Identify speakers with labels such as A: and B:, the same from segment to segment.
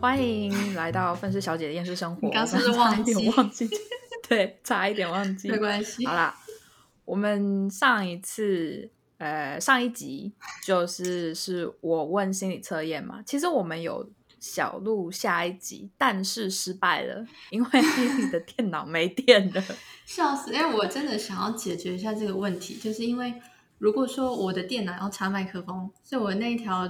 A: 欢迎来到愤世小姐的厌世生活。
B: 你刚
A: 我
B: 是不
A: 差
B: 是
A: 一
B: 忘
A: 点
B: 记
A: 忘记， 对，差一点忘记。
B: 没关系
A: 好。啦，我们上一次呃上一集就是是我问心理测验嘛，其实我们有小录下一集，但是失败了，因为 你的电脑没电了。
B: 笑死！哎，我真的想要解决一下这个问题，就是因为如果说我的电脑要插麦克风，所以我那一条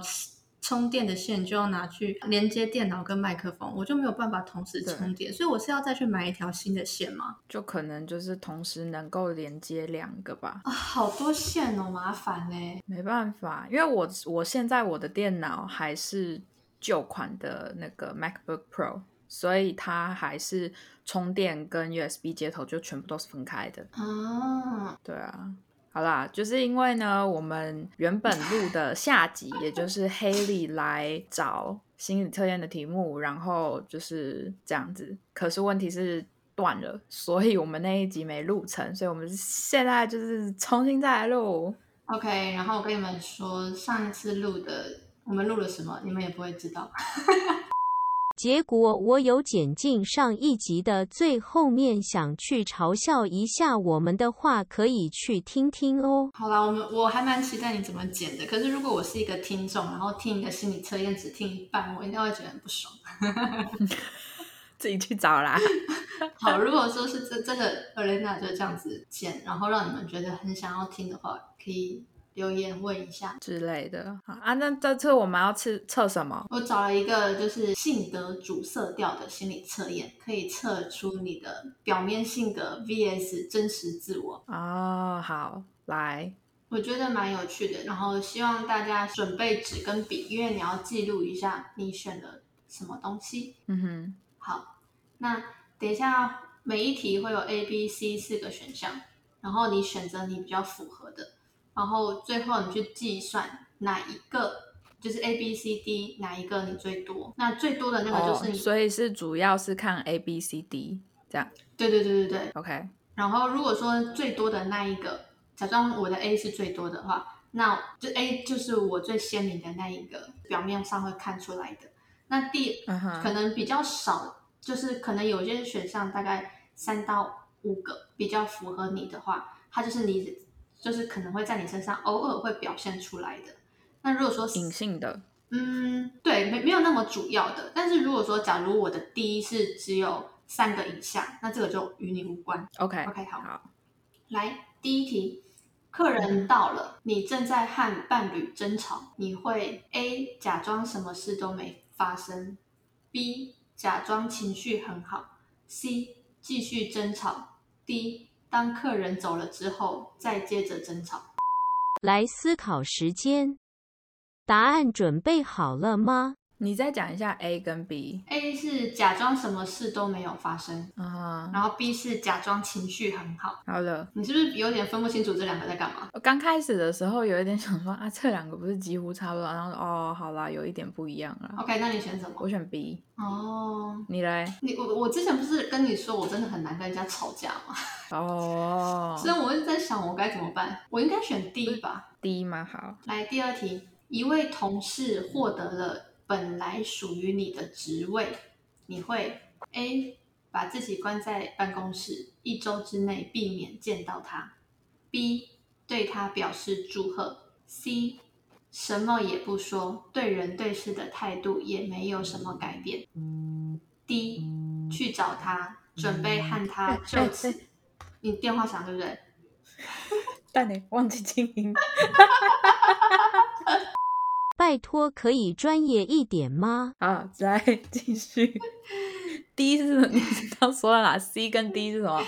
B: 充电的线就要拿去连接电脑跟麦克风，我就没有办法同时
A: 对
B: 充电，所以我是要再去买一条新的线吗？
A: 就可能就是同时能够连接两个吧，
B: 啊，好多线哦，麻烦嘞！
A: 没办法，因为我我现在我的电脑还是旧款的那个 MacBook Pro，所以它还是充电跟 USB 接头就全部都是分开的。
B: 啊，
A: 对啊，好啦，就是因为呢，我们原本录的下集，也就是黑莉来找心理测验的题目，然后就是这样子。可是问题是断了，所以我们那一集没录成，所以我们现在就是重新再来录。
B: OK，然后我跟你们说，上一次录的我们录了什么，你们也不会知道。
C: 结果我有剪进上一集的最后面，想去嘲笑一下我们的话，可以去听听哦。
B: 好啦，我们我还蛮期待你怎么剪的。可是如果我是一个听众，然后听一个心理测验只听一半，我应该会觉得很不爽。
A: 自己去找啦，
B: 好，如果说是真真的 Elena 就这样子剪，然后让你们觉得很想要听的话，可以留言问一下。
A: 之类的好啊。那这次我们要测测什么？
B: 我找了一个就是性格主色调的心理测验，可以测出你的表面性格 VS 真实自我。
A: 哦，好，来，
B: 我觉得蛮有趣的，然后希望大家准备纸跟笔，因为你要记录一下你选了什么东西。
A: 嗯哼，
B: 好，那等一下每一题会有 A、B、C 四个选项，然后你选择你比较符合的，然后最后你去计算哪一个就是 A、B、C、D 哪一个你最多，那最多的那个就
A: 哦，
B: 是你。
A: 所以是主要是看 A B C D 这样
B: 对对对对对。
A: ，OK。
B: 然后如果说最多的那一个，假装我的 A 是最多的话，那就 A 就是我最鲜明的那一个，表面上会看出来的。那第
A: 嗯哼
B: 可能比较少，就是可能有些选项大概三到五个比较符合你的话，它就是你就是可能会在你身上偶尔会表现出来的。那如果说
A: 隐性的，
B: 嗯，对，没没有那么主要的，但是如果说假如我的第一是只有三个以下，那这个就与你无关。
A: OK，,
B: OK，好
A: 好，
B: 来，第一题，客人到了，你正在和伴侣争吵，你会 A 假装什么事都没发生，B 假装情绪很好，C 继续争吵，D 当客人走了之后再接着争吵。
C: 来思考时间，答案准备好了吗？
A: 你再讲一下 A 跟 B，
B: A 是假装什么事都没有发生，
A: 嗯哼，
B: 然后 B 是假装情绪很好。
A: 好了。
B: 你是不是有点分不清楚这两个在干嘛？
A: 我刚开始的时候有一点想说啊，这两个不是几乎差不多，然后说哦，好啦，有一点不一样啦。
B: OK，那你选什么？
A: 我选 B，
B: 哦，
A: 你嘞？
B: 你我我之前不是跟你说我真的很难跟人家吵架吗？
A: 哦
B: 所以我一直在想我该怎么办，我应该选 D 吧。
A: ，D 吗？好，
B: 来第二题，一位同事获得了本来属于你的职位，你会 A 把自己关在办公室，一周之内避免见到他；B 对他表示祝贺；C 什么也不说，对人对事的态度也没有什么改变；D 去找他，准备和他就
A: 哎
B: 此。你电话响对不对？
A: 但你欸忘记静音。
C: 拜托，可以专业一点吗？
A: 好，来 继续。D 是 你刚说了哪？C 跟 D 是什么？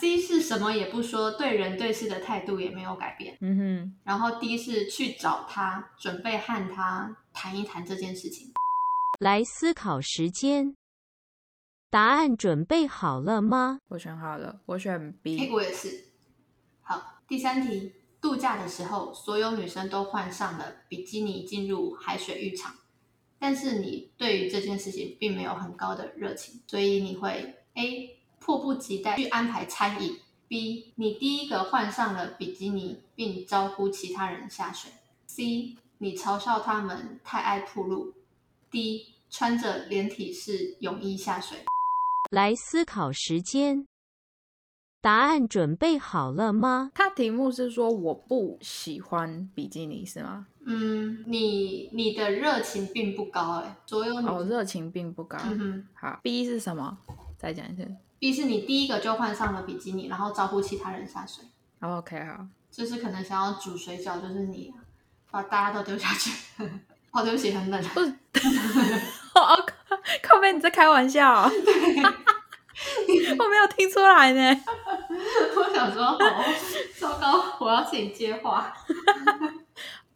B: C 是什么也不说，对人对事的态度也没有改变。
A: 嗯哼，
B: 然后 D 是去找他，准备和他谈一谈这件事情。
C: 来思考时间，答案准备好了吗？
A: 我选好了，我选
B: 哎，
A: B。
B: 我也是。好，第三题，度假的时候，所有女生都换上了比基尼进入海水浴场，但是你对于这件事情并没有很高的热情，所以你会 A 迫不及待去安排餐饮，B 你第一个换上了比基尼并招呼其他人下水，C 你嘲笑他们太爱铺路第一，穿着连体式泳衣下水；
C: 来思考时间。答案准备好了吗？
A: 它题目是说我不喜欢比基尼是吗？
B: 嗯，你你的热情并不高哎、所有女
A: 哦，热情并不高。
B: 嗯哼
A: 好，B 是什么？再讲一次。
B: ，B 是你第一个就换上了比基尼，然后招呼其他人下水，
A: 好哦 OK，好，
B: 就是可能想要煮水饺，就是你啊、把大家都丢下去。 哦，对不起，很冷。
A: 哦，靠靠背，你在开玩笑哦、 我没有听出来呢。
B: 我想说，好糟糕，我要请接话。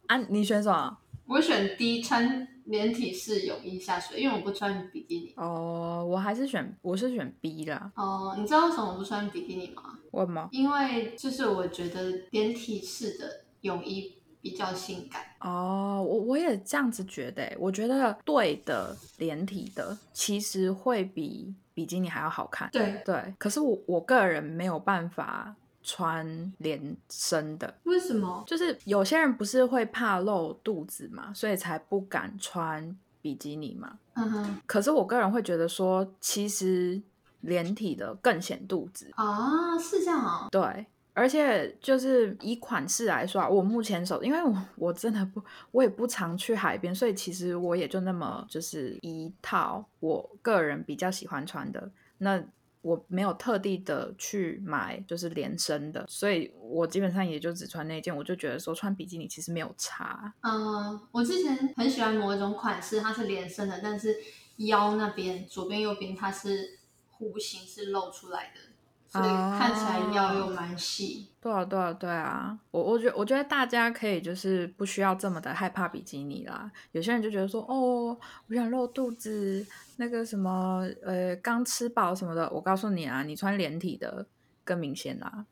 A: 啊，你选什么？
B: 我选 D，穿连体式泳衣下水，因为我不穿比基尼。
A: 哦，我还是选，我是选 B 啦。
B: 哦、你知道为什么我不穿比基尼吗？
A: 为什么？
B: 因为就是我觉得连体式的泳衣比较性感。
A: 哦，我我也这样子觉得欸。我觉得对的连体的其实会比比基尼还要好看。
B: 对，
A: 对，可是我我个人没有办法穿连身的，
B: 为什么？
A: 就是有些人不是会怕露肚子嘛，所以才不敢穿比基尼嘛。
B: 嗯哼，
A: 可是我个人会觉得说，其实连体的更显肚子，
B: 啊，是这样啊、
A: 对。而且就是以款式来说啊，我目前手，因为我我真的不，我也不常去海边，所以其实我也就那么就是一套我个人比较喜欢穿的。那我没有特地的去买就是连身的，所以我基本上也就只穿那件。我就觉得说穿比基尼其实没有差，
B: 嗯，我之前很喜欢某一种款式，它是连身的，但是腰那边左边右边它是弧形是露出来的，所以
A: 啊
B: 看起来腰又蛮细。
A: 对啊，对啊，对啊，我我觉我觉得大家可以就是不需要这么的害怕比基尼啦。有些人就觉得说，哦，我想露肚子，那个什么，呃，刚吃饱什么的。我告诉你啊，你穿连体的更明显啦。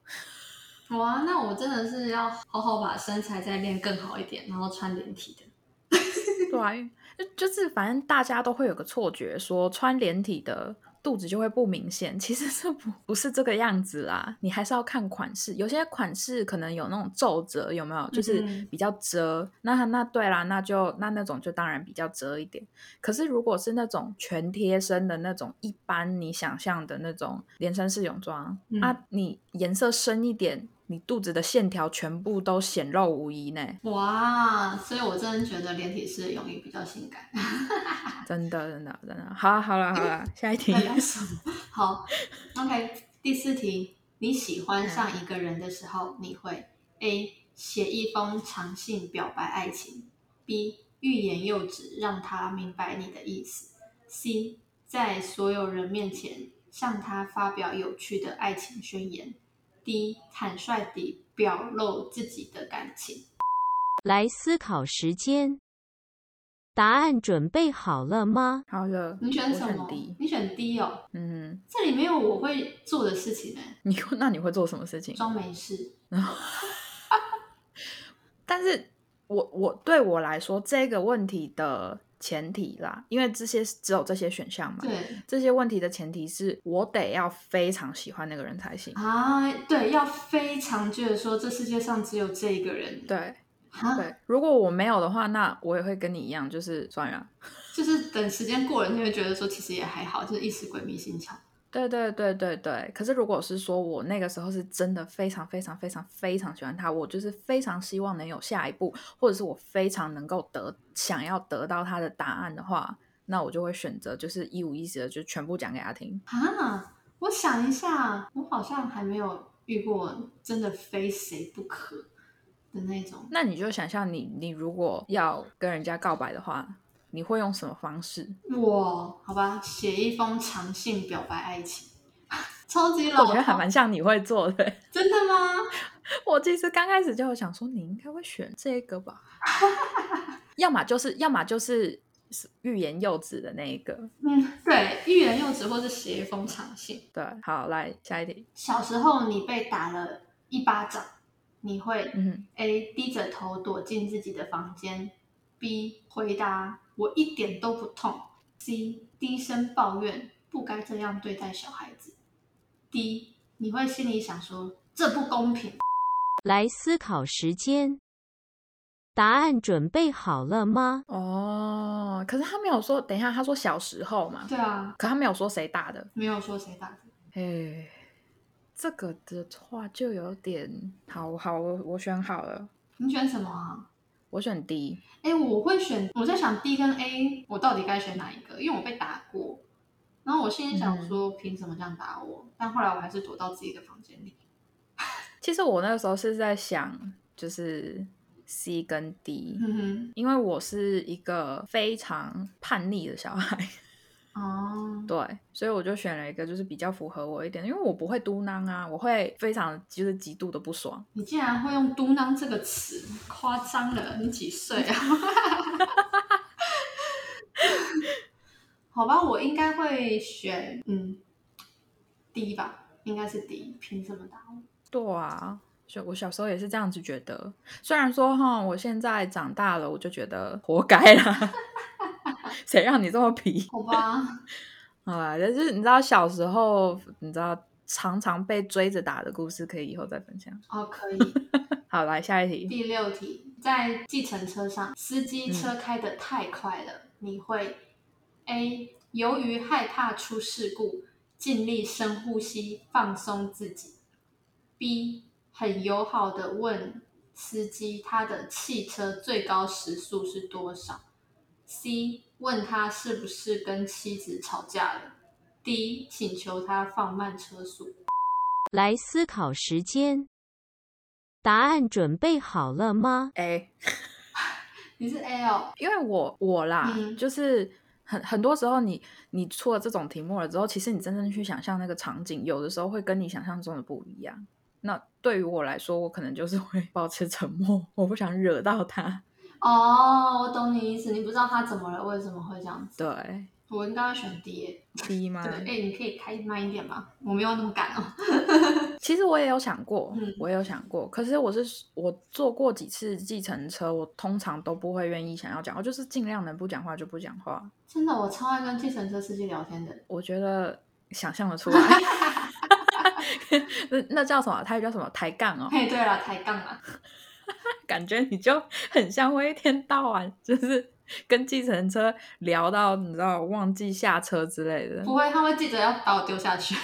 B: 哇，那我真的是要好好把身材再练更好一点，然后穿连体的。
A: 对啊，因为就是反正大家都会有个错觉，说穿连体的肚子就会不明显，其实是不不是这个样子啦。你还是要看款式，有些款式可能有那种皱褶，有没有？就是
B: 嗯
A: 比较遮。那那对啦，那就那那种就当然比较遮一点。可是如果是那种全贴身的那种，一般你想象的那种连身式泳装、
B: 嗯
A: 啊，你颜色深一点，你肚子的线条全部都显露无遗呢。
B: 哇，所以我真的觉得连体式的泳衣比较性感。
A: 真的，真的，真的，好了，好了，好了，下一题
B: 在。聊什么？好，OK，第四题，你喜
A: 嗯
B: 欢上一个人的时候，你会 A 写一封长信表白爱情，B 欲言又止让他明白你的意思，C 在所有人面前向他发表有趣的爱情宣言，D 坦率地表露自己的感情。
C: 来思考时间。答案准备好了吗？
A: 好了，
B: 你选
A: 我
B: 什么？
A: D。
B: 你选 D 哦，
A: 嗯，
B: 这里没有我会做的事情呢、欸
A: 你那你会做什么事情？
B: 装没事。
A: 但是我我对我来说这个问题的前提啦，因为这些只有这些选项嘛。
B: 对，
A: 这些问题的前提是我得要非常喜欢那个人才行。
B: 啊，对，要非常觉得说这世界上只有这一个人，
A: 对
B: 啊，
A: 对，如果我没有的话，那我也会跟你一样，就是算了。
B: 就是等时间过了，你会觉得说其实也还好，就是一时鬼迷心窍。
A: 对对对对对，可是如果是说我那个时候是真的非常非常非常非常喜欢他，我就是非常希望能有下一步，或者是我非常能够得想要得到他的答案的话，那我就会选择就是一五一十的就全部讲给他听。
B: 啊，我想一下，我好像还没有遇过真的非谁不可的那种。
A: 那你就想象你你如果要跟人家告白的话，你会用什么方式？
B: 我好吧，写一封长信表白爱情， 超级
A: 我
B: 老
A: 觉得还
B: 套，
A: 蛮像你会做的。欸
B: 真的吗？
A: 我其实刚开始就有想说，你应该会选这个吧， 要么就是要么就是欲言又止的那一个。
B: 嗯，对，欲言又止或是写一封长信。
A: 对，好，来下一题。
B: 小时候你被打了一巴掌，你会
A: 嗯
B: A 低着头躲进自己的房间，B 回答我一点都不痛，C 低声抱怨不该这样对待小孩子，D 你会心里想说这不公平。
C: 来思考时间。答案准备好了吗？
A: 哦，可是他没有说，等一下，他说小时候嘛，
B: 对啊，
A: 可他没有说谁打的。
B: 没有说谁打的。
A: 哎，这个的话就有点好好，我我选好了，
B: 你选什么啊？
A: 我选 D。
B: 哎，我会选，我在想 D 跟 A，我到底该选哪一个？因为我被打过，然后我心里想说，凭什么这样打我？但后来我还是躲到自己的房间里。
A: 其实我那个时候是在想，就是 C 跟 D，、
B: 嗯
A: 因为我是一个非常叛逆的小孩，
B: 哼，哦，
A: 对，所以我就选了一个就是比较符合我一点的，因为我不会嘟囔啊，我会非常就是极度的不爽。
B: 你竟然会用“嘟囔”这个词，夸张了！你几岁啊？ 好吧，我应该会选嗯 D 吧，应该是 D。凭什么打我？
A: 对啊，小我小时候也是这样子觉得。虽然说哈，我现在长大了，我就觉得活该啦， 谁让你这么皮
B: 好吧，
A: 啊？但是你知道小时候，你知道常常被追着打的故事，可以以后再分享。
B: 哦，可以。
A: 好，来下一题。
B: 第六题，在计程车上，司机车开得太快了，你会 A 由于害怕出事故，尽力深呼吸，放松自己；B 很友好的问司机他的汽车最高时速是多少；C 问他是不是跟妻子吵架了；D 请求他放慢车速。
C: 来思考时间。答案准备好了吗？
A: A，
B: 你是 A 哦，
A: 因为我我啦，
B: 嗯
A: 就是很很多时候你你出了这种题目了之后，其实你真正去想象那个场景，有的时候会跟你想象中的不一样。那对于我来说，我可能就是会 保持沉默，我不想惹到他。
B: 哦，我懂你意思，你不知道他怎么了，为什么会这样子？
A: 对
B: 我应该会选 D 耶。
A: ，D 吗
B: 对，？哎、你可以开慢一点吗？我没有那么赶哦。
A: 其实我也有想过，
B: 嗯
A: 我也有想过，可是我是我坐过几次计程车，我通常都不会愿意想要讲话，就是尽量能不讲话就不讲话。
B: 真的，我超爱跟计程车司机聊天的。
A: 我觉得想象得出 来。 那那叫什么？台语叫什么？抬杠哦，
B: 嘿，对了，抬杠啊，
A: 感觉你就很像会一天到晚 就是跟计程车聊到你知道忘记下车之类的。
B: 不会，他会记得要把我丢下去。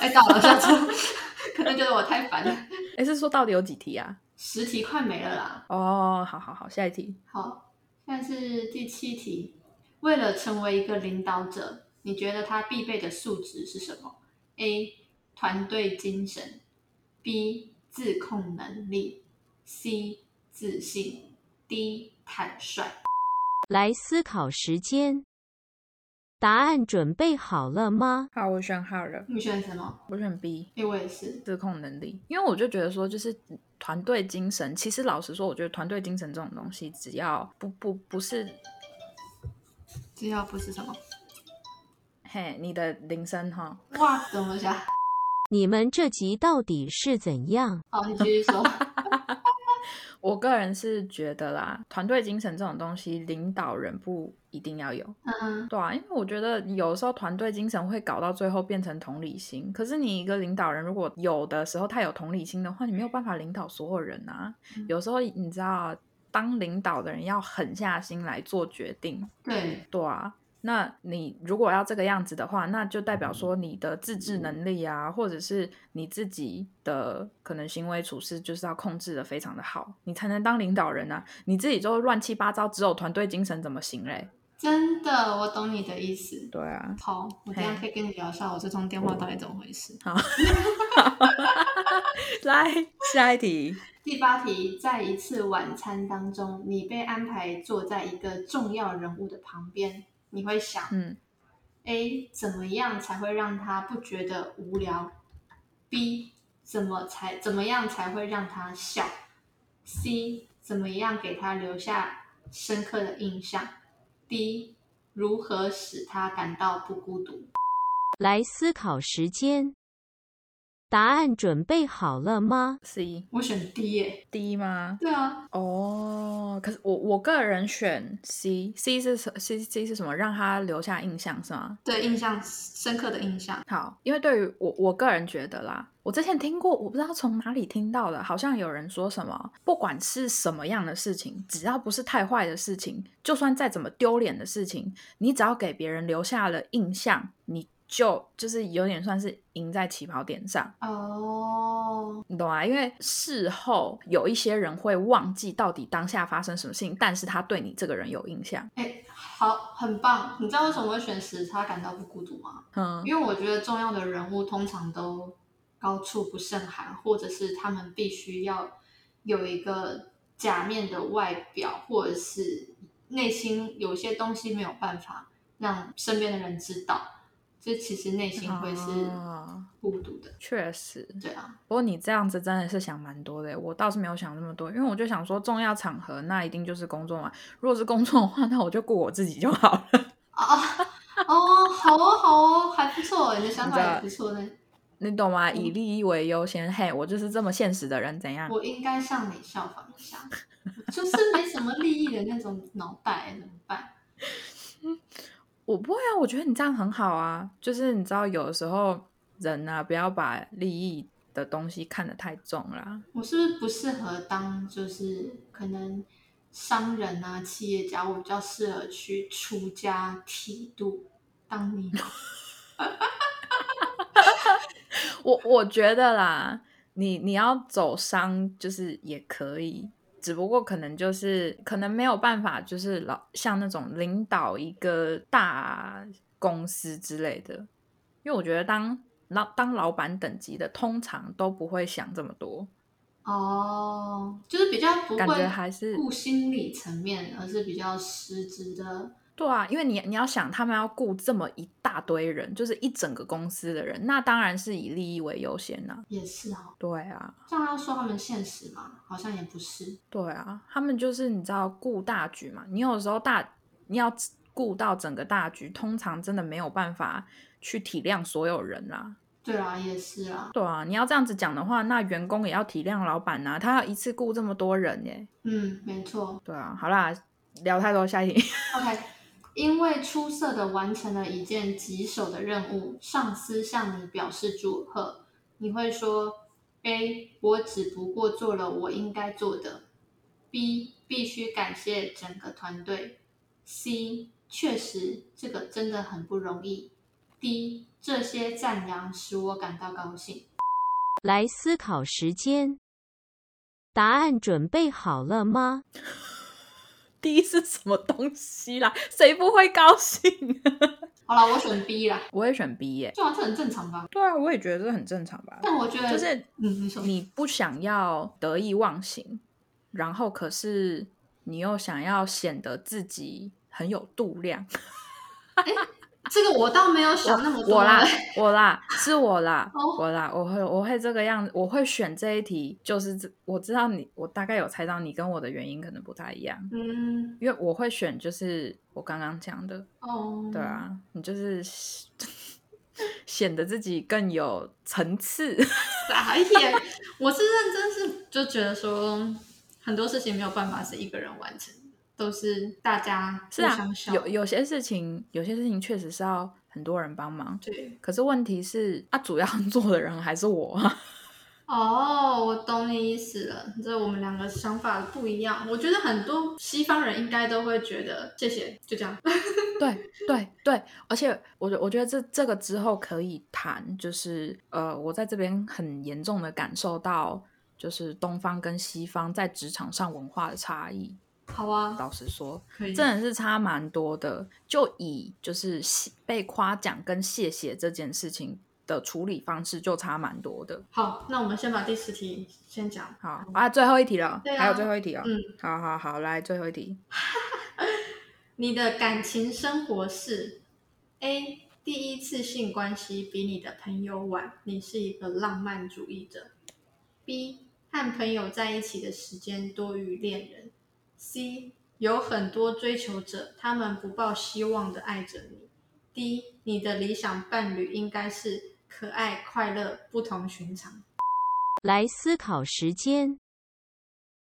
B: 哎、到了下车， 可能觉得我太烦了。
A: 哎，是说到底有几题啊？
B: 十题快没了啦。
A: 哦，好好好，下一题。
B: 好，现在是第七题。为了成为一个领导者，你觉得他必备的素质是什么？A. 团队精神，B. 自控能力，C. 自信，D. 坦率。
C: 来思考时间。答案准备好了吗？
A: 好，我选好了，
B: 你选什么？
A: 我选 B。
B: 哎，我也是。
A: 自控能力，因为我就觉得说，就是团队精神。其实老实说，我觉得团队精神这种东西，只要不不不是
B: 这要不是什么？
A: 嘿你的铃声哈，
B: 哇，等我一下。
C: 你们这集到底是怎样？
B: 好，你继 续说。
A: 我个人是觉得啦，团队精神这种东西，领导人不一定要有，
B: 嗯，
A: 对啊，因为我觉得有时候团队精神会搞到最后变成同理心。可是你一个领导人，如果有的时候他有同理心的话，你没有办法领导所有人啊。
B: 嗯
A: 有时候你知道，当领导的人要狠下心来做决定，
B: 对，
A: 对啊，那你如果要这个样子的话，那就代表说你的自制能力啊，或者是你自己的可能行为处事，就是要控制的非常的好，你才能当领导人啊。你自己就乱七八糟，只有团队精神怎么行嘞？
B: 真的，我懂你的意思。
A: 对啊，
B: 好，我等一下可以跟你聊一下我这通电话到底怎么回事。
A: 来下一题，
B: 第八题，在一次晚餐当中，你被安排坐在一个重要人物的旁边，你会想、
A: 嗯，
B: a 怎么样才会让他不觉得无聊？B 怎么才怎么样才会让他笑？C 怎么样给他留下深刻的印象？D 如何使他感到不孤独？
C: 来思考时间。答案准备好了吗？
A: C
B: 我选 D 耶。
A: D 吗？
B: 对啊，
A: 哦，可是我我个人选 C，C 是什 C C 是什么？让他留下印象是吗？
B: 对，印象深刻的印象。
A: 好，因为对于我我个人觉得啦，我之前听过，我不知道从哪里听到的，好像有人说什么，不管是什么样的事情，只要不是太坏的事情，就算再怎么丢脸的事情，你只要给别人留下了印象，你就就是有点算是赢在起跑点上。
B: 哦，
A: 你懂吗？因为事后有一些人会忘记到底当下发生什么事情，但是他对你这个人有印象。
B: 哎，好，很棒。你知道为什么我会选时差感到不孤独吗？
A: 嗯，
B: 因为我觉得重要的人物通常都高处不胜寒，或者是他们必须要有一个假面的外表，或者是内心有些东西没有办法让身边的人知道，这其实内心会是
A: 啊
B: 孤独的。
A: 确实。
B: 对啊，
A: 不过你这样子真的是想蛮多的，欸我倒是没有想那么多，因为我就想说重要场合那一定就是工作嘛。如果是工作的话，那我就顾我自己就好了。
B: 啊哦，好哦，好哦，还不错，你的想
A: 你知
B: 法
A: 道
B: 也不错呢。
A: 你懂吗？以
B: 嗯
A: 利益为优先，嘿，我就是这么现实的人，怎样？
B: 我应该向你效仿一下，我就是没什么利益的那种脑袋，怎么办？
A: 我不会啊，我觉得你这样很好啊。就是你知道，有的时候人啊，不要把利益的东西看得太重啦。
B: 我是不是不适合当就是可能商人啊、企业家？我比较适合去出家剃度 当尼姑。
A: 我我觉得啦，你你要走商就是也可以，只不过可能就是可能没有办法，就是老像那种领导一个大公司之类的，因为我觉得当老当老板等级的，通常都不会想这么多，
B: 哦，就是比较不
A: 感觉
B: 会
A: 还是
B: 顾心理层面，而是比较实质的。
A: 对啊，因为你你要想，他们要雇这么一大堆人，就是一整个公司的人，那当然是以利益为优先啦、
B: 也是哦，
A: 对啊，
B: 这样要说他们现实嘛，好像也不是。
A: 对啊，他们就是你知道顾大局嘛，你有时候大你要顾到整个大局，通常真的没有办法去体谅所有人啦。
B: 对啦，也是啦。
A: 对啊，你要这样子讲的话，那员工也要体谅老板呐、他要一次顾这么多人耶。
B: 嗯，没错。
A: 对啊，好啦，聊太多，下一题。
B: OK，因为出色的完成了一件棘手的任务，上司向你表示祝贺，你会说：A，我只不过做了我应该做的；B，必须感谢整个团队；C，确实这个真的很不容易；D，这些赞扬使我感到高兴。
C: 来思考时间。答案准备好了吗？
A: 第一是什么东西啦？谁不会高兴？啊
B: 好了，我选 B 啦，
A: 我也选 B 耶。
B: 对啊，这很正常 吧？
A: 对啊，我也觉得这很正常吧。
B: 但我觉得
A: 就是
B: 嗯，你说
A: 你不想要得意忘形，然后可是你又想要显得自己很有度量。
B: 这个我倒没有想那么多
A: 我啦，我啦，是我啦，
B: 哦
A: 我啦，我会我会这个样子，我会选这一题，就是这我知道你，我大概有猜到你跟我的原因可能不太一样，
B: 嗯，
A: 因为我会选就是我刚刚讲的，
B: 哦，
A: 对啊，你就是 显得自己更有层次。
B: 傻眼！我是认真是就觉得说，很多事情没有办法是一个人完成的，都是大家互
A: 是啊
B: 相，效
A: 有有些事情，有些事情确实是要很多人帮忙。
B: 对
A: 可是问题是，啊，主要 做的人还是我啊。
B: 哦，我懂你意思了。这我们两个想法不一样，我觉得很多西方人应该都会觉得谢谢，就这样。
A: 对对对，而且我觉我觉得这这个之后可以谈，就是呃，我在这边很严重的感受到，就是东方跟西方在职场上文化的差异。
B: 好啊，
A: 老实说，
B: 可以。
A: 真的是差蛮多的。就以就是谢被夸奖跟谢谢这件事情的处理方式，就差蛮多的。
B: 好，那我们先把第十题先讲。
A: 好啊，最后一题了，
B: 对啊
A: 还有最后一题哦。
B: 嗯，
A: 好好好，来最后一题。
B: 你的感情生活是 A 第一次性关系比你的朋友晚，你是一个浪漫主义者。B 和朋友在一起的时间多于恋人。C 有很多追求者，他们不抱希望的爱着你。D 你的理想伴侣应该是可爱、快乐、不同寻常。
C: 来思考时间。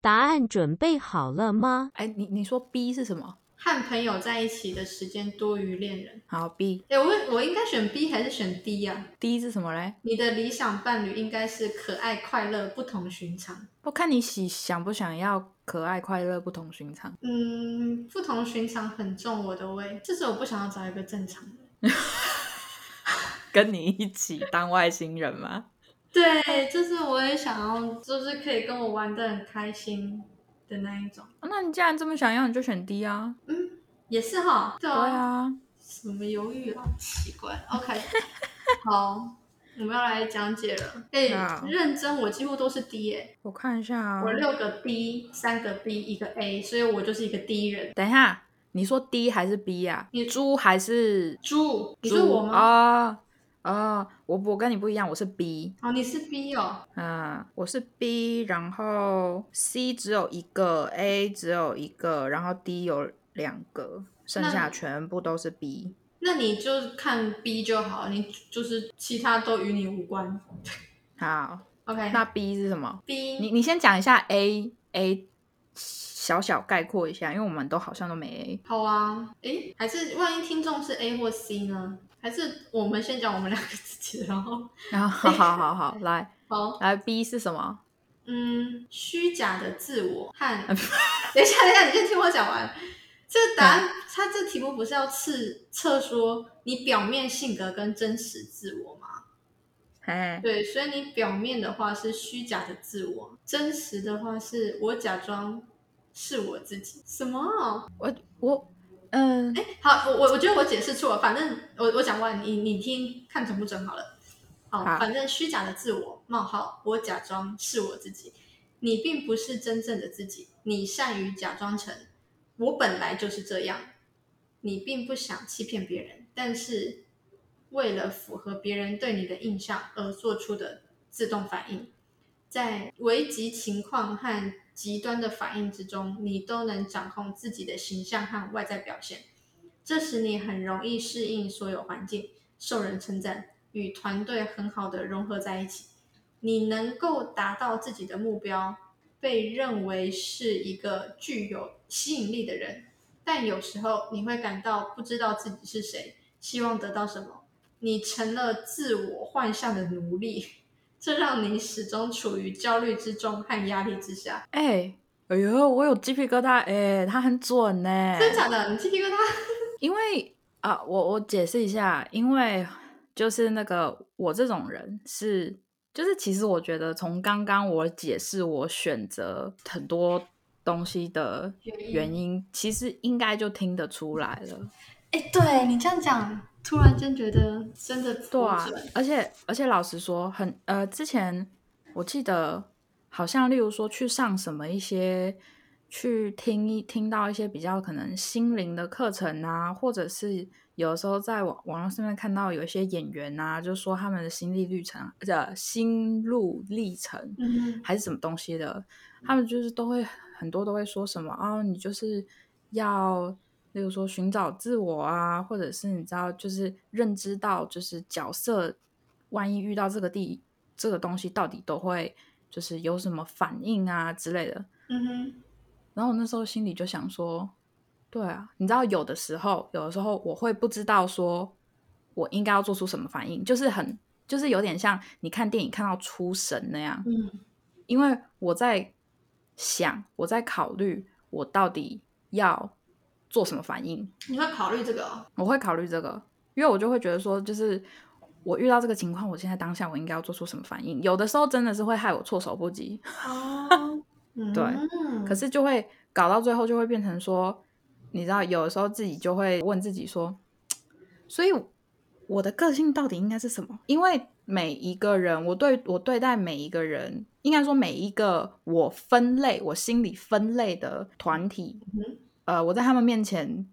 C: 答案准备好了吗？
A: 哎，你你说 B 是什么？
B: 和朋友在一起的时间多于恋人。
A: 好，B
B: 哎，我问我应该选 B 还是选 D 啊呀、
A: D 是什么嘞？
B: 你的理想伴侣应该是可爱、快乐、不同寻常。
A: 我看你喜想不想要可爱、快乐、不同寻常。
B: 嗯，不同寻常很重我的胃，这是我不想要找一个正常人。
A: 跟你一起当外星人吗？
B: 对，就是我也想要，就是可以跟我玩的很开心的那一种。
A: 啊那你既然这么想要，你就选 D 啊。
B: 也是哈，对
A: 对啊，
B: 什么犹豫啊，奇怪。OK，好，我们要来讲解了。哎、
A: 好
B: 认真，我几乎都是 D 哎、
A: 我看一下啊
B: 我。六个 D，三个 B，一个 A，所以我就是一个 D 人。
A: 等一下，你说 D 还是 B 呀、
B: 你
A: 猪还是
B: 猪，你是
A: 猪
B: 我吗？
A: 啊啊、我我跟你不一样，我是 B，
B: 哦，你是 B 哦，
A: 嗯，我是 B，然后 C 只有一个，A 只有一个，然后 D 有两个，剩
B: 那
A: 下全部都是 B。
B: 那你就看 B 就好，你就是其他都与你无关。
A: 好，
B: OK，
A: 那 B 是什么？
B: B
A: 你你先讲一下 A A，小小概括一下，因为我们都好像都没 A。
B: 好啊，诶，还是万一听众是 A 或 C 呢？还是我们先讲我们两个自己的，然后
A: 然后 好好好，来
B: 好，
A: 来 B 是什么？
B: 嗯，虚假的自我 和等一下，等一下，你先听我讲完。这答案，它这题目不是要测测说你表面性格跟真实自我吗？
A: 嘿，
B: 对，所以你表面的话是虚假的自我，真实的话是我假装是我自己。什么啊？
A: 我我嗯，
B: 好，我我我觉得我解释错了，反正我我讲完，你你听看准不准好了。好，
A: 好
B: 反正虚假的自我冒号，我假装是我自己，你并不是真正的自己，你善于假装成我本来就是这样，你并不想欺骗别人，但是为了符合别人对你的印象而做出的自动反应，在危急情况和极端的反应之中，你都能掌控自己的形象和外在表现，这使你很容易适应所有环境，受人称赞，与团队很好的融合在一起。你能够达到自己的目标，被认为是一个具有吸引力的人，但有时候你会感到不知道自己是谁，希望得到什么，你成了自我幻象的奴隶。这让你始终处于焦虑之中和压力之下。
A: 哎、哎呦，我有鸡皮疙瘩，哎、他很准呢、
B: 真假的？你鸡皮疙瘩？
A: 因为啊，我我解释一下，因为就是那个我这种人是，就是其实我觉得从刚刚我解释我选择很多东西的
B: 原因
A: 原因，其实应该就听得出来了。
B: 哎、对你这样讲，突然间觉得真的
A: 对
B: 不
A: 啊
B: 准。，
A: 而且而且老实说，很呃，之前我记得好像例如说去上什么一些，去听一听到一些比较可能心灵的课程啊，或者是有的时候在网网络上面看到有一些演员啊，就说他们的心历历程呃心路历程，
B: 嗯，
A: 还是什么东西的，他们就是都会很多都会说什么哦，你就是要，例如说寻找自我啊，或者是你知道，就是认知到，就是角色万一遇到这个地这个东西，到底都会就是有什么反应啊之类的。
B: 嗯哼，
A: 然后我那时候心里就想说，对啊，你知道，有的时候，有的时候我会不知道说我应该要做出什么反应，就是很，就是有点像你看电影看到出神那样，
B: 嗯，
A: 因为我在想，我在考虑我到底要做什么反应，
B: 你会考虑这个、哦？
A: 我会考虑这个，因为我就会觉得说，就是我遇到这个情况，我现在当下我应该要做出什么反应。有的时候真的是会害我措手不及，
B: 哦，嗯，
A: 对可是就会搞到最后就会变成说，你知道，有的时候自己就会问自己说，所以我的个性到底应该是什么？因为每一个人，我对我对待每一个人，应该说每一个我分类，我心里分类的团体，
B: 嗯哼
A: 呃，我在他们面前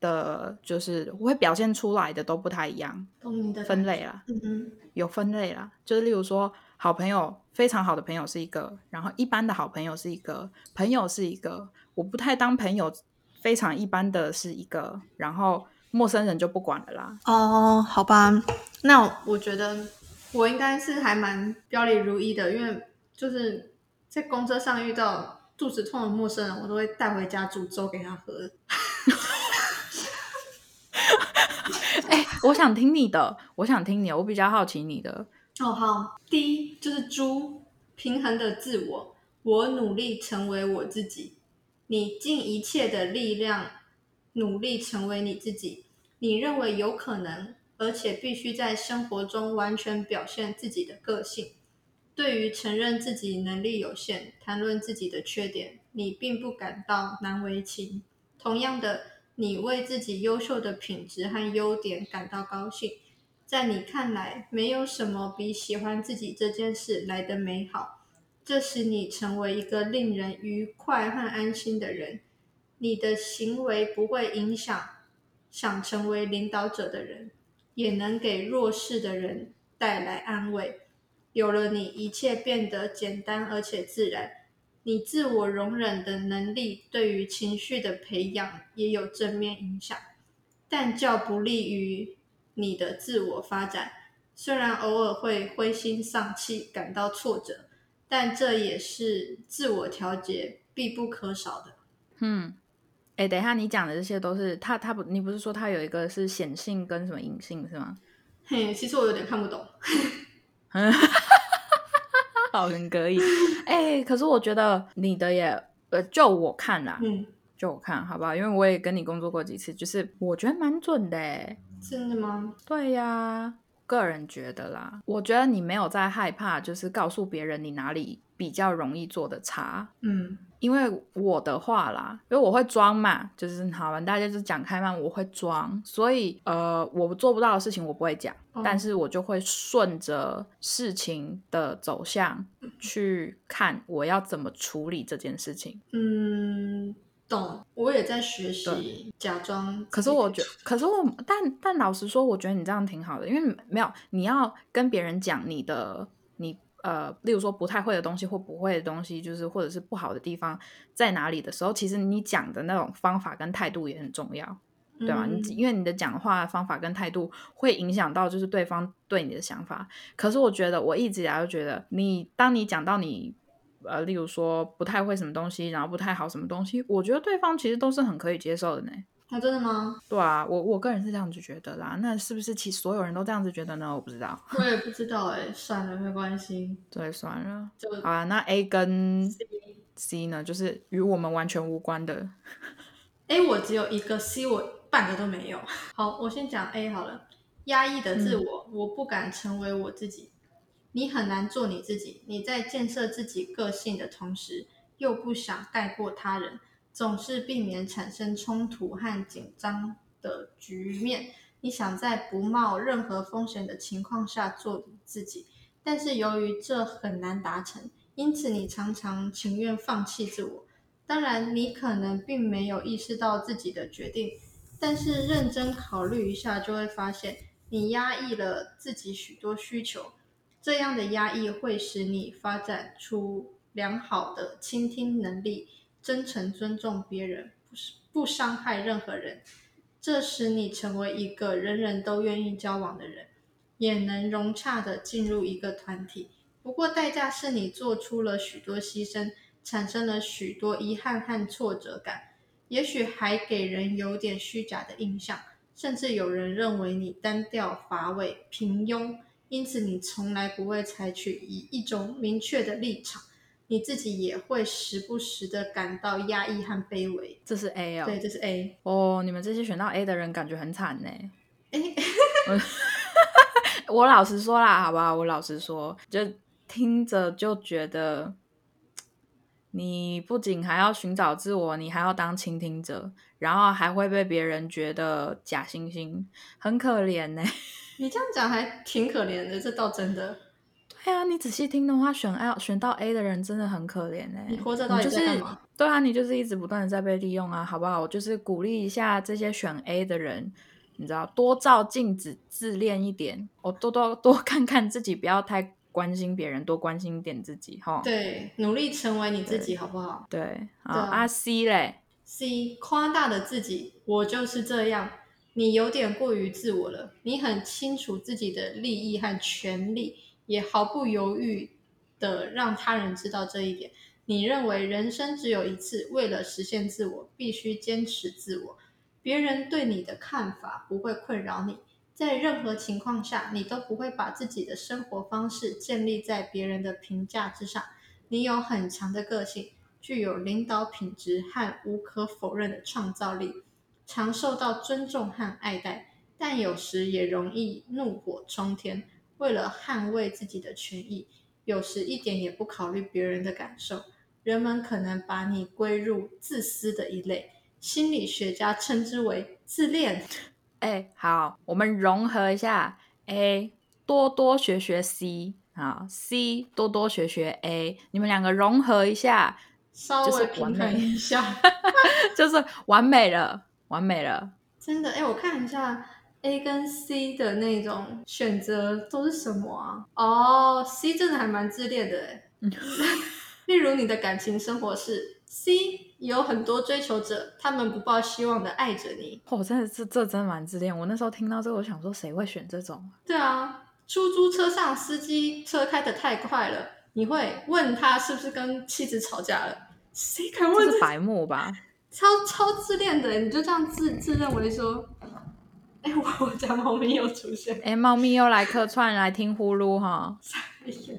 A: 的，就是我会表现出来的都不太一样，
B: 懂你的
A: 分
B: 感觉。
A: 类啦。
B: 嗯哼，
A: 有分类啦，就是例如说，好朋友非常好的朋友是一个，然后一般的好朋友是一个，朋友是一个，我不太当朋友，非常一般的是一个，然后陌生人就不管了啦。
B: 哦，好吧，那我觉得我应该是还蛮表里如一的，因为就是在公车上遇到肚子痛的陌生人，我都会带回家煮粥给他喝。
A: 哎、我想听你的，我想听你的，我比较好奇你的。
B: 哦，好，第一就是猪平衡的自我，我努力成为我自己，你尽一切的力量努力成为你自己，你认为有可能，而且必须在生活中完全表现自己的个性。对于承认自己能力有限，谈论自己的缺点，你并不感到难为情。同样的，你为自己优秀的品质和优点感到高兴。在你看来，没有什么比喜欢自己这件事来得美好。这使你成为一个令人愉快和安心的人。你的行为不会影响想成为领导者的人，也能给弱势的人带来安慰。有了你，一切变得简单而且自然。你自我容忍的能力对于情绪的培养也有正面影响，但较不利于你的自我发展。虽然偶尔会灰心丧气，感到挫折，但这也是自我调节必不可少的。
A: 嗯，哎、等一下，你讲的这些都是他他不，你不是说他有一个是显性跟什么隐性是吗？
B: 嘿，其实我有点看不懂。
A: 好，很可以。哎、可是我觉得你的也，呃，就我看啦，
B: 嗯，
A: 就我看好不好？因为我也跟你工作过几次，就是我觉得蛮准的、欸。
B: 嗯真的吗？
A: 对呀、个人觉得啦，我觉得你没有在害怕，就是告诉别人你哪里比较容易做的差。
B: 嗯
A: 因为我的话啦，因为我会装嘛，就是 好玩，大家就讲开嘛，我会装，所以呃，我做不到的事情我不会讲，
B: 哦
A: 但是我就会顺着事情的走向去看我要怎么处理这件事情。
B: 嗯，懂。我也在学习假装。
A: 可是我觉，可是我，但但老实说，我觉得你这样挺好的，因为没有你要跟别人讲你的你呃，例如说不太会的东西或不会的东西，就是或者是不好的地方在哪里的时候，其实你讲的那种方法跟态度也很重要，对吧？
B: 嗯
A: 你因为你的讲话方法跟态度会影响到就是对方对你的想法。可是我觉得我一直以来都觉得你，当你讲到你。呃，例如说不太会什么东西，然后不太好什么东西，我觉得对方其实都是很可以接受的呢。
B: 啊，真的吗？
A: 对啊，我我个人是这样子觉得啦。那是不是其所有人都这样子觉得呢？我不知道。
B: 我也不知道哎、算了，没关系，
A: 对，算了。
B: 就
A: 好啊，那 A 跟 C 呢，就是与我们完全无关的。
B: A 我只有一个，C 我半个都没有。好，我先讲 A 好了。压抑的自我，我不敢成为我自己。你很难做你自己。你在建设自己个性的同时，又不想盖过他人，总是避免产生冲突和紧张的局面。你想在不冒任何风险的情况下做你自己，但是由于这很难达成，因此你常常情愿放弃自我。当然，你可能并没有意识到自己的决定，但是认真考虑一下，就会发现你压抑了自己许多需求。这样的压抑会使你发展出良好的倾听能力，真诚尊重别人，不是不伤害任何人。这使你成为一个人人都愿意交往的人，也能融洽的进入一个团体。不过代价是你做出了许多牺牲，产生了许多遗憾和挫折感，也许还给人有点虚假的印象，甚至有人认为你单调乏味、平庸，因此你从来不会采取以一种明确的立场，你自己也会时不时的感到压抑和卑微。
A: 这是 A 哦。
B: 对，这是 A。
A: 哦，你们这些选到 A 的人感觉很惨呢。
B: 哎，
A: 我我老实说啦，好不好？我老实说，就听着就觉得，你不仅还要寻找自我，你还要当倾听者，然后还会被别人觉得假惺惺，很可怜呢。
B: 你这样讲还挺可怜的，这倒真的。
A: 对啊，你仔细听的话，选 A 选到 A 的人真的很可怜哎、
B: 你活着到底
A: 就是
B: 在干嘛？
A: 对啊，你就是一直不断的在被利用啊，好不好？我就是鼓励一下这些选 A 的人，你知道，多照镜子，自恋一点，我、多多多 看看自己，不要太关心别人，多关心一点自己哈。
B: 对，努力成为你自己，好不好？
A: 对，好
B: 对啊
A: 阿 C 嘞，
B: C 夸大的自己，我就是这样，你有点过于自我了，你很清楚自己的利益和权利，也毫不犹豫的让他人知道这一点。你认为人生只有一次，为了实现自我，必须坚持自我。别人对你的看法不会困扰你，在任何情况下，你都不会把自己的生活方式建立在别人的评价之上。你有很强的个性，具有领导品质和无可否认的创造力，常受到尊重和爱戴，但有时也容易怒火冲天。为了捍卫自己的权益，有时一点也不考虑别人的感受。人们可能把你归入自私的一类，心理学家称之为自恋。
A: 哎、好，我们融合一下，A 多多学学 C 啊，C 多多学学 A，你们两个融合一下，
B: 稍
A: 就是
B: 微
A: 完
B: 平
A: 美
B: 衡一下，
A: 就是完美了，完美了。
B: 真的哎，我看一下 A 跟 C 的那种选择都是什么啊？哦，C 真的还蛮自恋的哎。 例如你的感情生活是 C 有很多追求者，他们不抱希望的爱着你，
A: 我、哦真的是这真蛮自恋。我那时候听到这个，我想说谁会选这种？
B: 对啊，出租车上司机车开得太快了，你会问他是不是跟妻子吵架了？谁敢
A: 这
B: 问
A: 是
B: 这？
A: 白目吧？
B: 超超自恋的，欸你就这样自自认为说，哎，我我家猫咪又出现，
A: 哎、猫咪又来客串，来听呼噜哈。
B: 哎呀，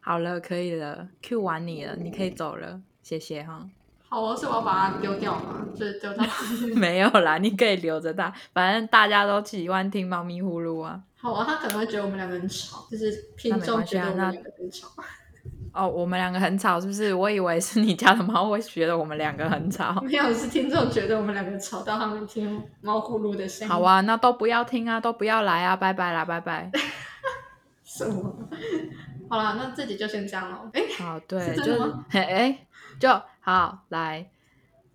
A: 好了，可以了，Q 完你了，你可以走了，谢谢哈。
B: 好哦，是我要把它丢掉嘛，就是丢到，
A: 没有啦，你可以留着它，反正大家都喜欢听猫咪呼噜啊。
B: 好啊，他可能会觉得我们两个很吵，就是听众觉得我们两个很吵，
A: 哦，我们两个很吵是不是？我以为是你家的猫会觉得我们两个很吵。
B: 没有是听众觉得我们两个吵到他们听猫呼噜的声音，
A: 好，啊，那都不要听啊，都不要来啊，拜拜啦，拜拜。
B: 什么？好啦，那这集就先这样喽，哎，
A: 好，哦对，
B: 是真
A: 就
B: 的
A: 是
B: 吗
A: 哎、就好来。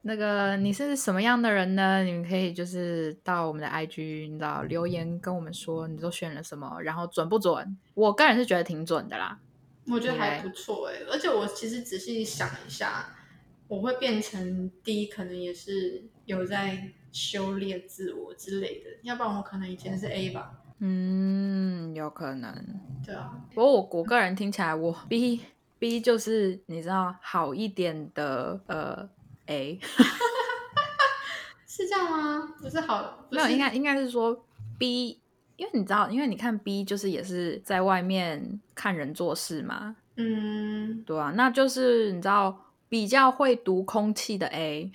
A: 那个你是什么样的人呢？你们可以就是到我们的 IG，你知道留言跟我们说你都选了什么，然后准不准？我个人是觉得挺准的啦。
B: 我觉得
A: 你
B: 还
A: 来
B: 不错哎、而且我其实仔细想一下，我会变成 D，可能也是有在修炼自我之类的，要不然我可能以前是 A 吧。
A: 嗯，有可能。
B: 对啊，
A: 不过我我个人听起来我 B B 就是你知道好一点的呃 A，
B: 是这样吗？不是好，不
A: 没有
B: 是
A: 应该应该是说 B，因为你知道，因为你看 B 就是也是在外面看人做事嘛，
B: 嗯
A: 对啊，那就是你知道比较会读空气的 A，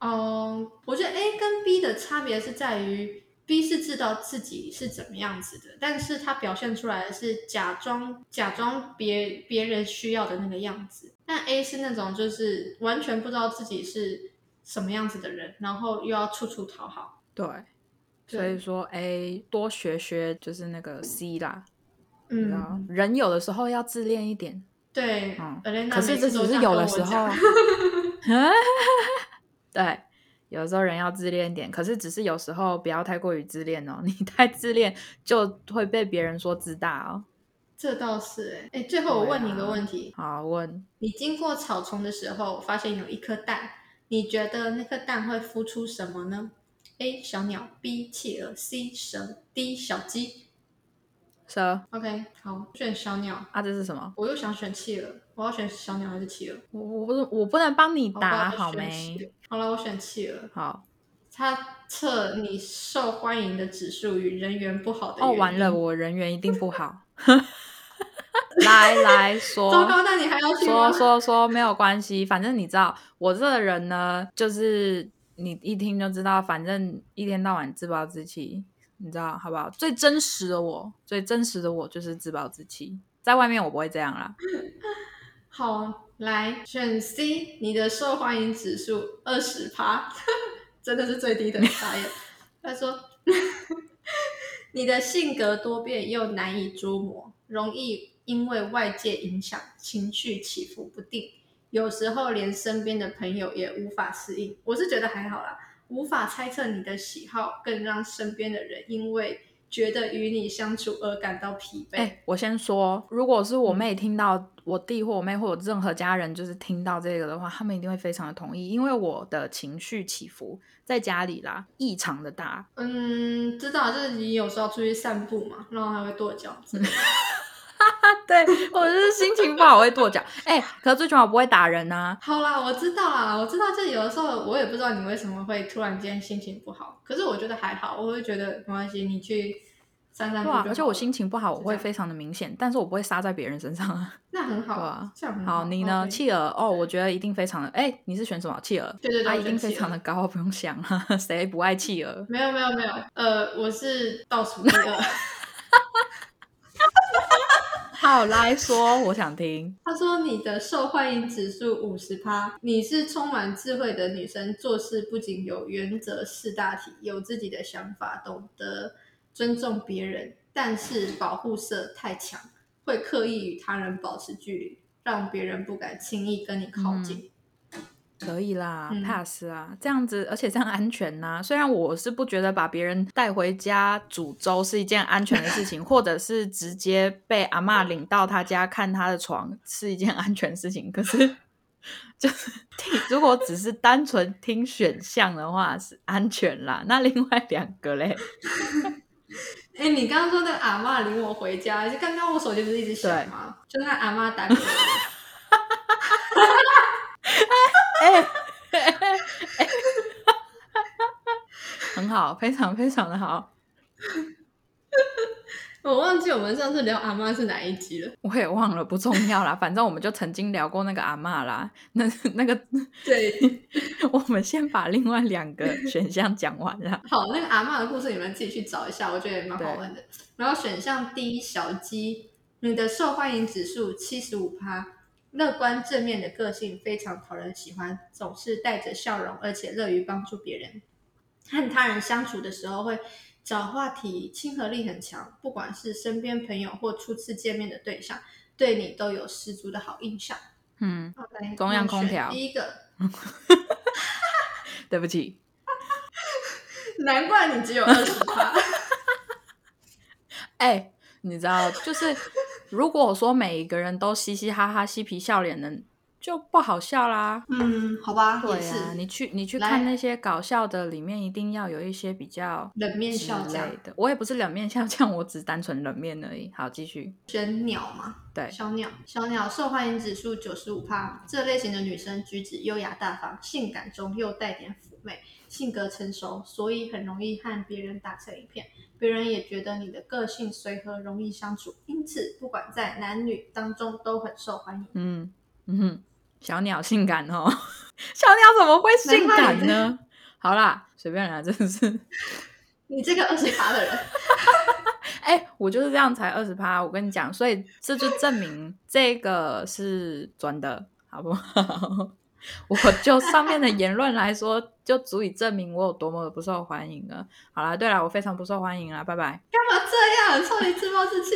B: 哦，我觉得 A 跟 B 的差别是在于。B 是知道自己是怎么样子的，但是他表现出来的是假装假装别别人需要的那个样子。但 A 是那种就是完全不知道自己是什么样子的人，然后又要处处讨好。
A: 对，所以
B: 对
A: 说 A 多学学就是那个 C 啦，然后
B: 嗯，
A: 人有的时候要自恋一点，
B: 对
A: 嗯，
B: Elena
A: 可是
B: 每
A: 这
B: 次
A: 只
B: 都
A: 是
B: 样
A: 有
B: 跟
A: 的
B: 我
A: 时候
B: 讲，
A: 对，有时候人要自恋一点，可是只是有时候不要太过于自恋哦， 你太自恋就会被别人说自大哦。
B: 这倒是哎、哎，最后我问你一
A: 对
B: 个
A: 啊
B: 问题，
A: 好，问
B: 你经过草丛的时候，发现有一颗蛋，你觉得那颗蛋会孵出什么呢？A 小鸟，B 企鹅，C 蛇，D 小鸡。
A: 蛇
B: OK，好，选小鸟。
A: 啊，这是什么？
B: 我又想选企鹅，我要选小鸟还是企鹅？
A: 我我不是我不能帮你
B: 好
A: 答
B: 吧我
A: 好
B: 选企
A: 没？
B: 鹅好了，我选企鹅。
A: 好
B: 它测你受欢迎的指数与人缘不好的
A: 哦，
B: 原
A: 完
B: 因
A: 了，我人缘一定不好。 来来说，
B: 糟糕，那你还要去吗
A: 说说说没有关系，反正你知道我这个人呢，就是你一听就知道，反正一天到晚自暴自弃，你知道好不好？最真实的我，最真实的我就是自暴自弃，在外面我不会这样啦。
B: 好，来选 C，你的受欢迎指数二十趴，真的是最低的傻眼。他说， 你的性格多变又难以捉摸，容易因为外界影响情绪起伏不定，有时候连身边的朋友也无法适应。我是觉得还好啦，无法猜测你的喜好，更让身边的人因为觉得与你相处而感到疲惫。
A: 哎、我先说，如果是
B: 嗯
A: 我妹听到我弟或我妹或我任何家人就是听到这个的话，他们一定会非常的同意，因为我的情绪起伏在家里啦异常的大，
B: 嗯，知道，就是你有时候出去散步嘛，然后还会跺脚之类的。
A: 对我就是心情不好我会跺脚，哎、可最起码我不会打人啊呐、
B: 好啦，我知道啦，我知道，就有的时候我也不知道你为什么会突然间心情不好，可是我觉得还好，我会觉得没关系，你去散
A: 对
B: 散步
A: 啊，
B: 就
A: 而且
B: 好
A: 我
B: 了
A: 心情不好，我
B: 是
A: 会
B: 这样
A: 非常的明显，但是我不会撒在别人身上啊。
B: 那很好
A: 对啊，
B: 这样很
A: 好，你呢？
B: 嗯 OK
A: 企鹅哦，我觉得一定非常的，哎、你是选什么？企鹅，
B: 对对对
A: 它
B: 我
A: 一定非
B: 选企
A: 常
B: 鹅
A: 的高，不用想啊， 谁不爱企鹅？
B: 没有没有没有，呃，我是倒数第二。
A: 好，来 说，我想听。
B: 他说你的受欢迎指数五十趴，你是充满智慧的女生，做事不仅有原则四大题，有自己的想法，懂得尊重别人，但是保护色太强，会刻意与他人保持距离，让别人不敢轻易跟你靠近。
A: 可以啦、
B: 嗯
A: p a s s 啊，这样子，而且这样安全呐、虽然我是不觉得把别人带回家煮粥是一件安全的事情，或者是直接被阿嬷领到她家看她的床是一件安全事情，可是 就是听如果只是单纯听选项的话是安全啦，那另外两个嘞，
B: 哎、你刚刚说那个阿嬷领我回家，就刚刚我手机不是一直响吗？就那阿嬷打给我，
A: 哎、哎哎很好，非常非常的好，
B: 我忘记我们上次聊阿嬷是哪一集了。
A: 我也忘了，不重要啦，反正我们就曾经聊过那个阿嬷啦，那那个。
B: 对，
A: 我们先把另外两个选项讲完啦。
B: 好，那个阿嬷的故事你们自己去找一下，我觉得也蛮好玩的。然后选项第一，小鸡，你的受欢迎指数七十五趴，乐观正面的个性非常讨人喜欢，总是带着笑容，而且乐于帮助别人。和他人相处的时候会找话题，亲和力很强，不管是身边朋友或初次见面的对象，对你都有十足的好印象。
A: 嗯，
B: 好来
A: 中央空调
B: 那选第一个，
A: 对不起，
B: 难怪你只有二十趴。
A: 哎、你知道，就是如果说每一个人都嘻嘻哈哈、嬉皮笑脸的，就不好笑啦。
D: 嗯，好吧，
A: 对
D: 也是
A: 啊，你去你去
D: 来
A: 看那些搞笑的，里面一定要有一些比较
B: 冷面笑
A: 之类
B: 匠
A: 的。我也不是冷面笑匠，我只是单纯冷面而已。好，继续。
B: 选鸟嘛，
A: 对，
B: 小鸟，小鸟受欢迎指数九十五趴。这类型的女生举止优雅大方，性感中又带点妩媚，性格成熟，所以很容易和别人打成一片。别人也觉得你的个性随和，容易相处，因此不管在男女当中都很受欢迎。
A: 嗯嗯哼，小鸟性感哦， 小鸟怎么会性感呢？好啦，随便啦，真的是。
B: 你这个二十八的人，
A: 哎、我就是这样才二十趴，我跟你讲，所以这就证明这个是准的，好 不好？我就上面的言论来说，就足以证明我有多么的不受欢迎了。好啦，对啦，我非常不受欢迎啦，拜拜。
B: 干嘛这样？臭你自暴自弃。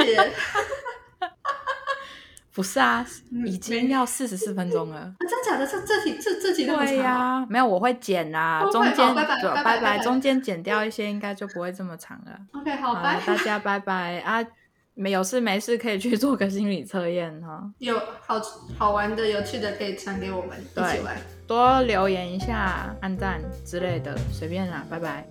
A: 不是啊，
B: 嗯
A: 已经要四十四分钟了。
B: 真假的？这这题这这题那么
A: 对呀、
B: 长哦？哦
A: 没有，我会剪啦，
B: 不会
A: 中
B: 好
A: 间
B: 拜拜
A: 对
B: 拜拜
A: 拜
B: 拜拜
A: 中间剪掉一些，应该就不会这么长了。
B: OK，好，
A: 啦
B: 拜。
A: 大家拜拜啊！没有事没事，可以去做个心理测验哈、
B: 有好好玩的、有趣的可以传给我们一
A: 对
B: 起玩。
A: 多留言一下、按赞之类的，随便啦，拜拜。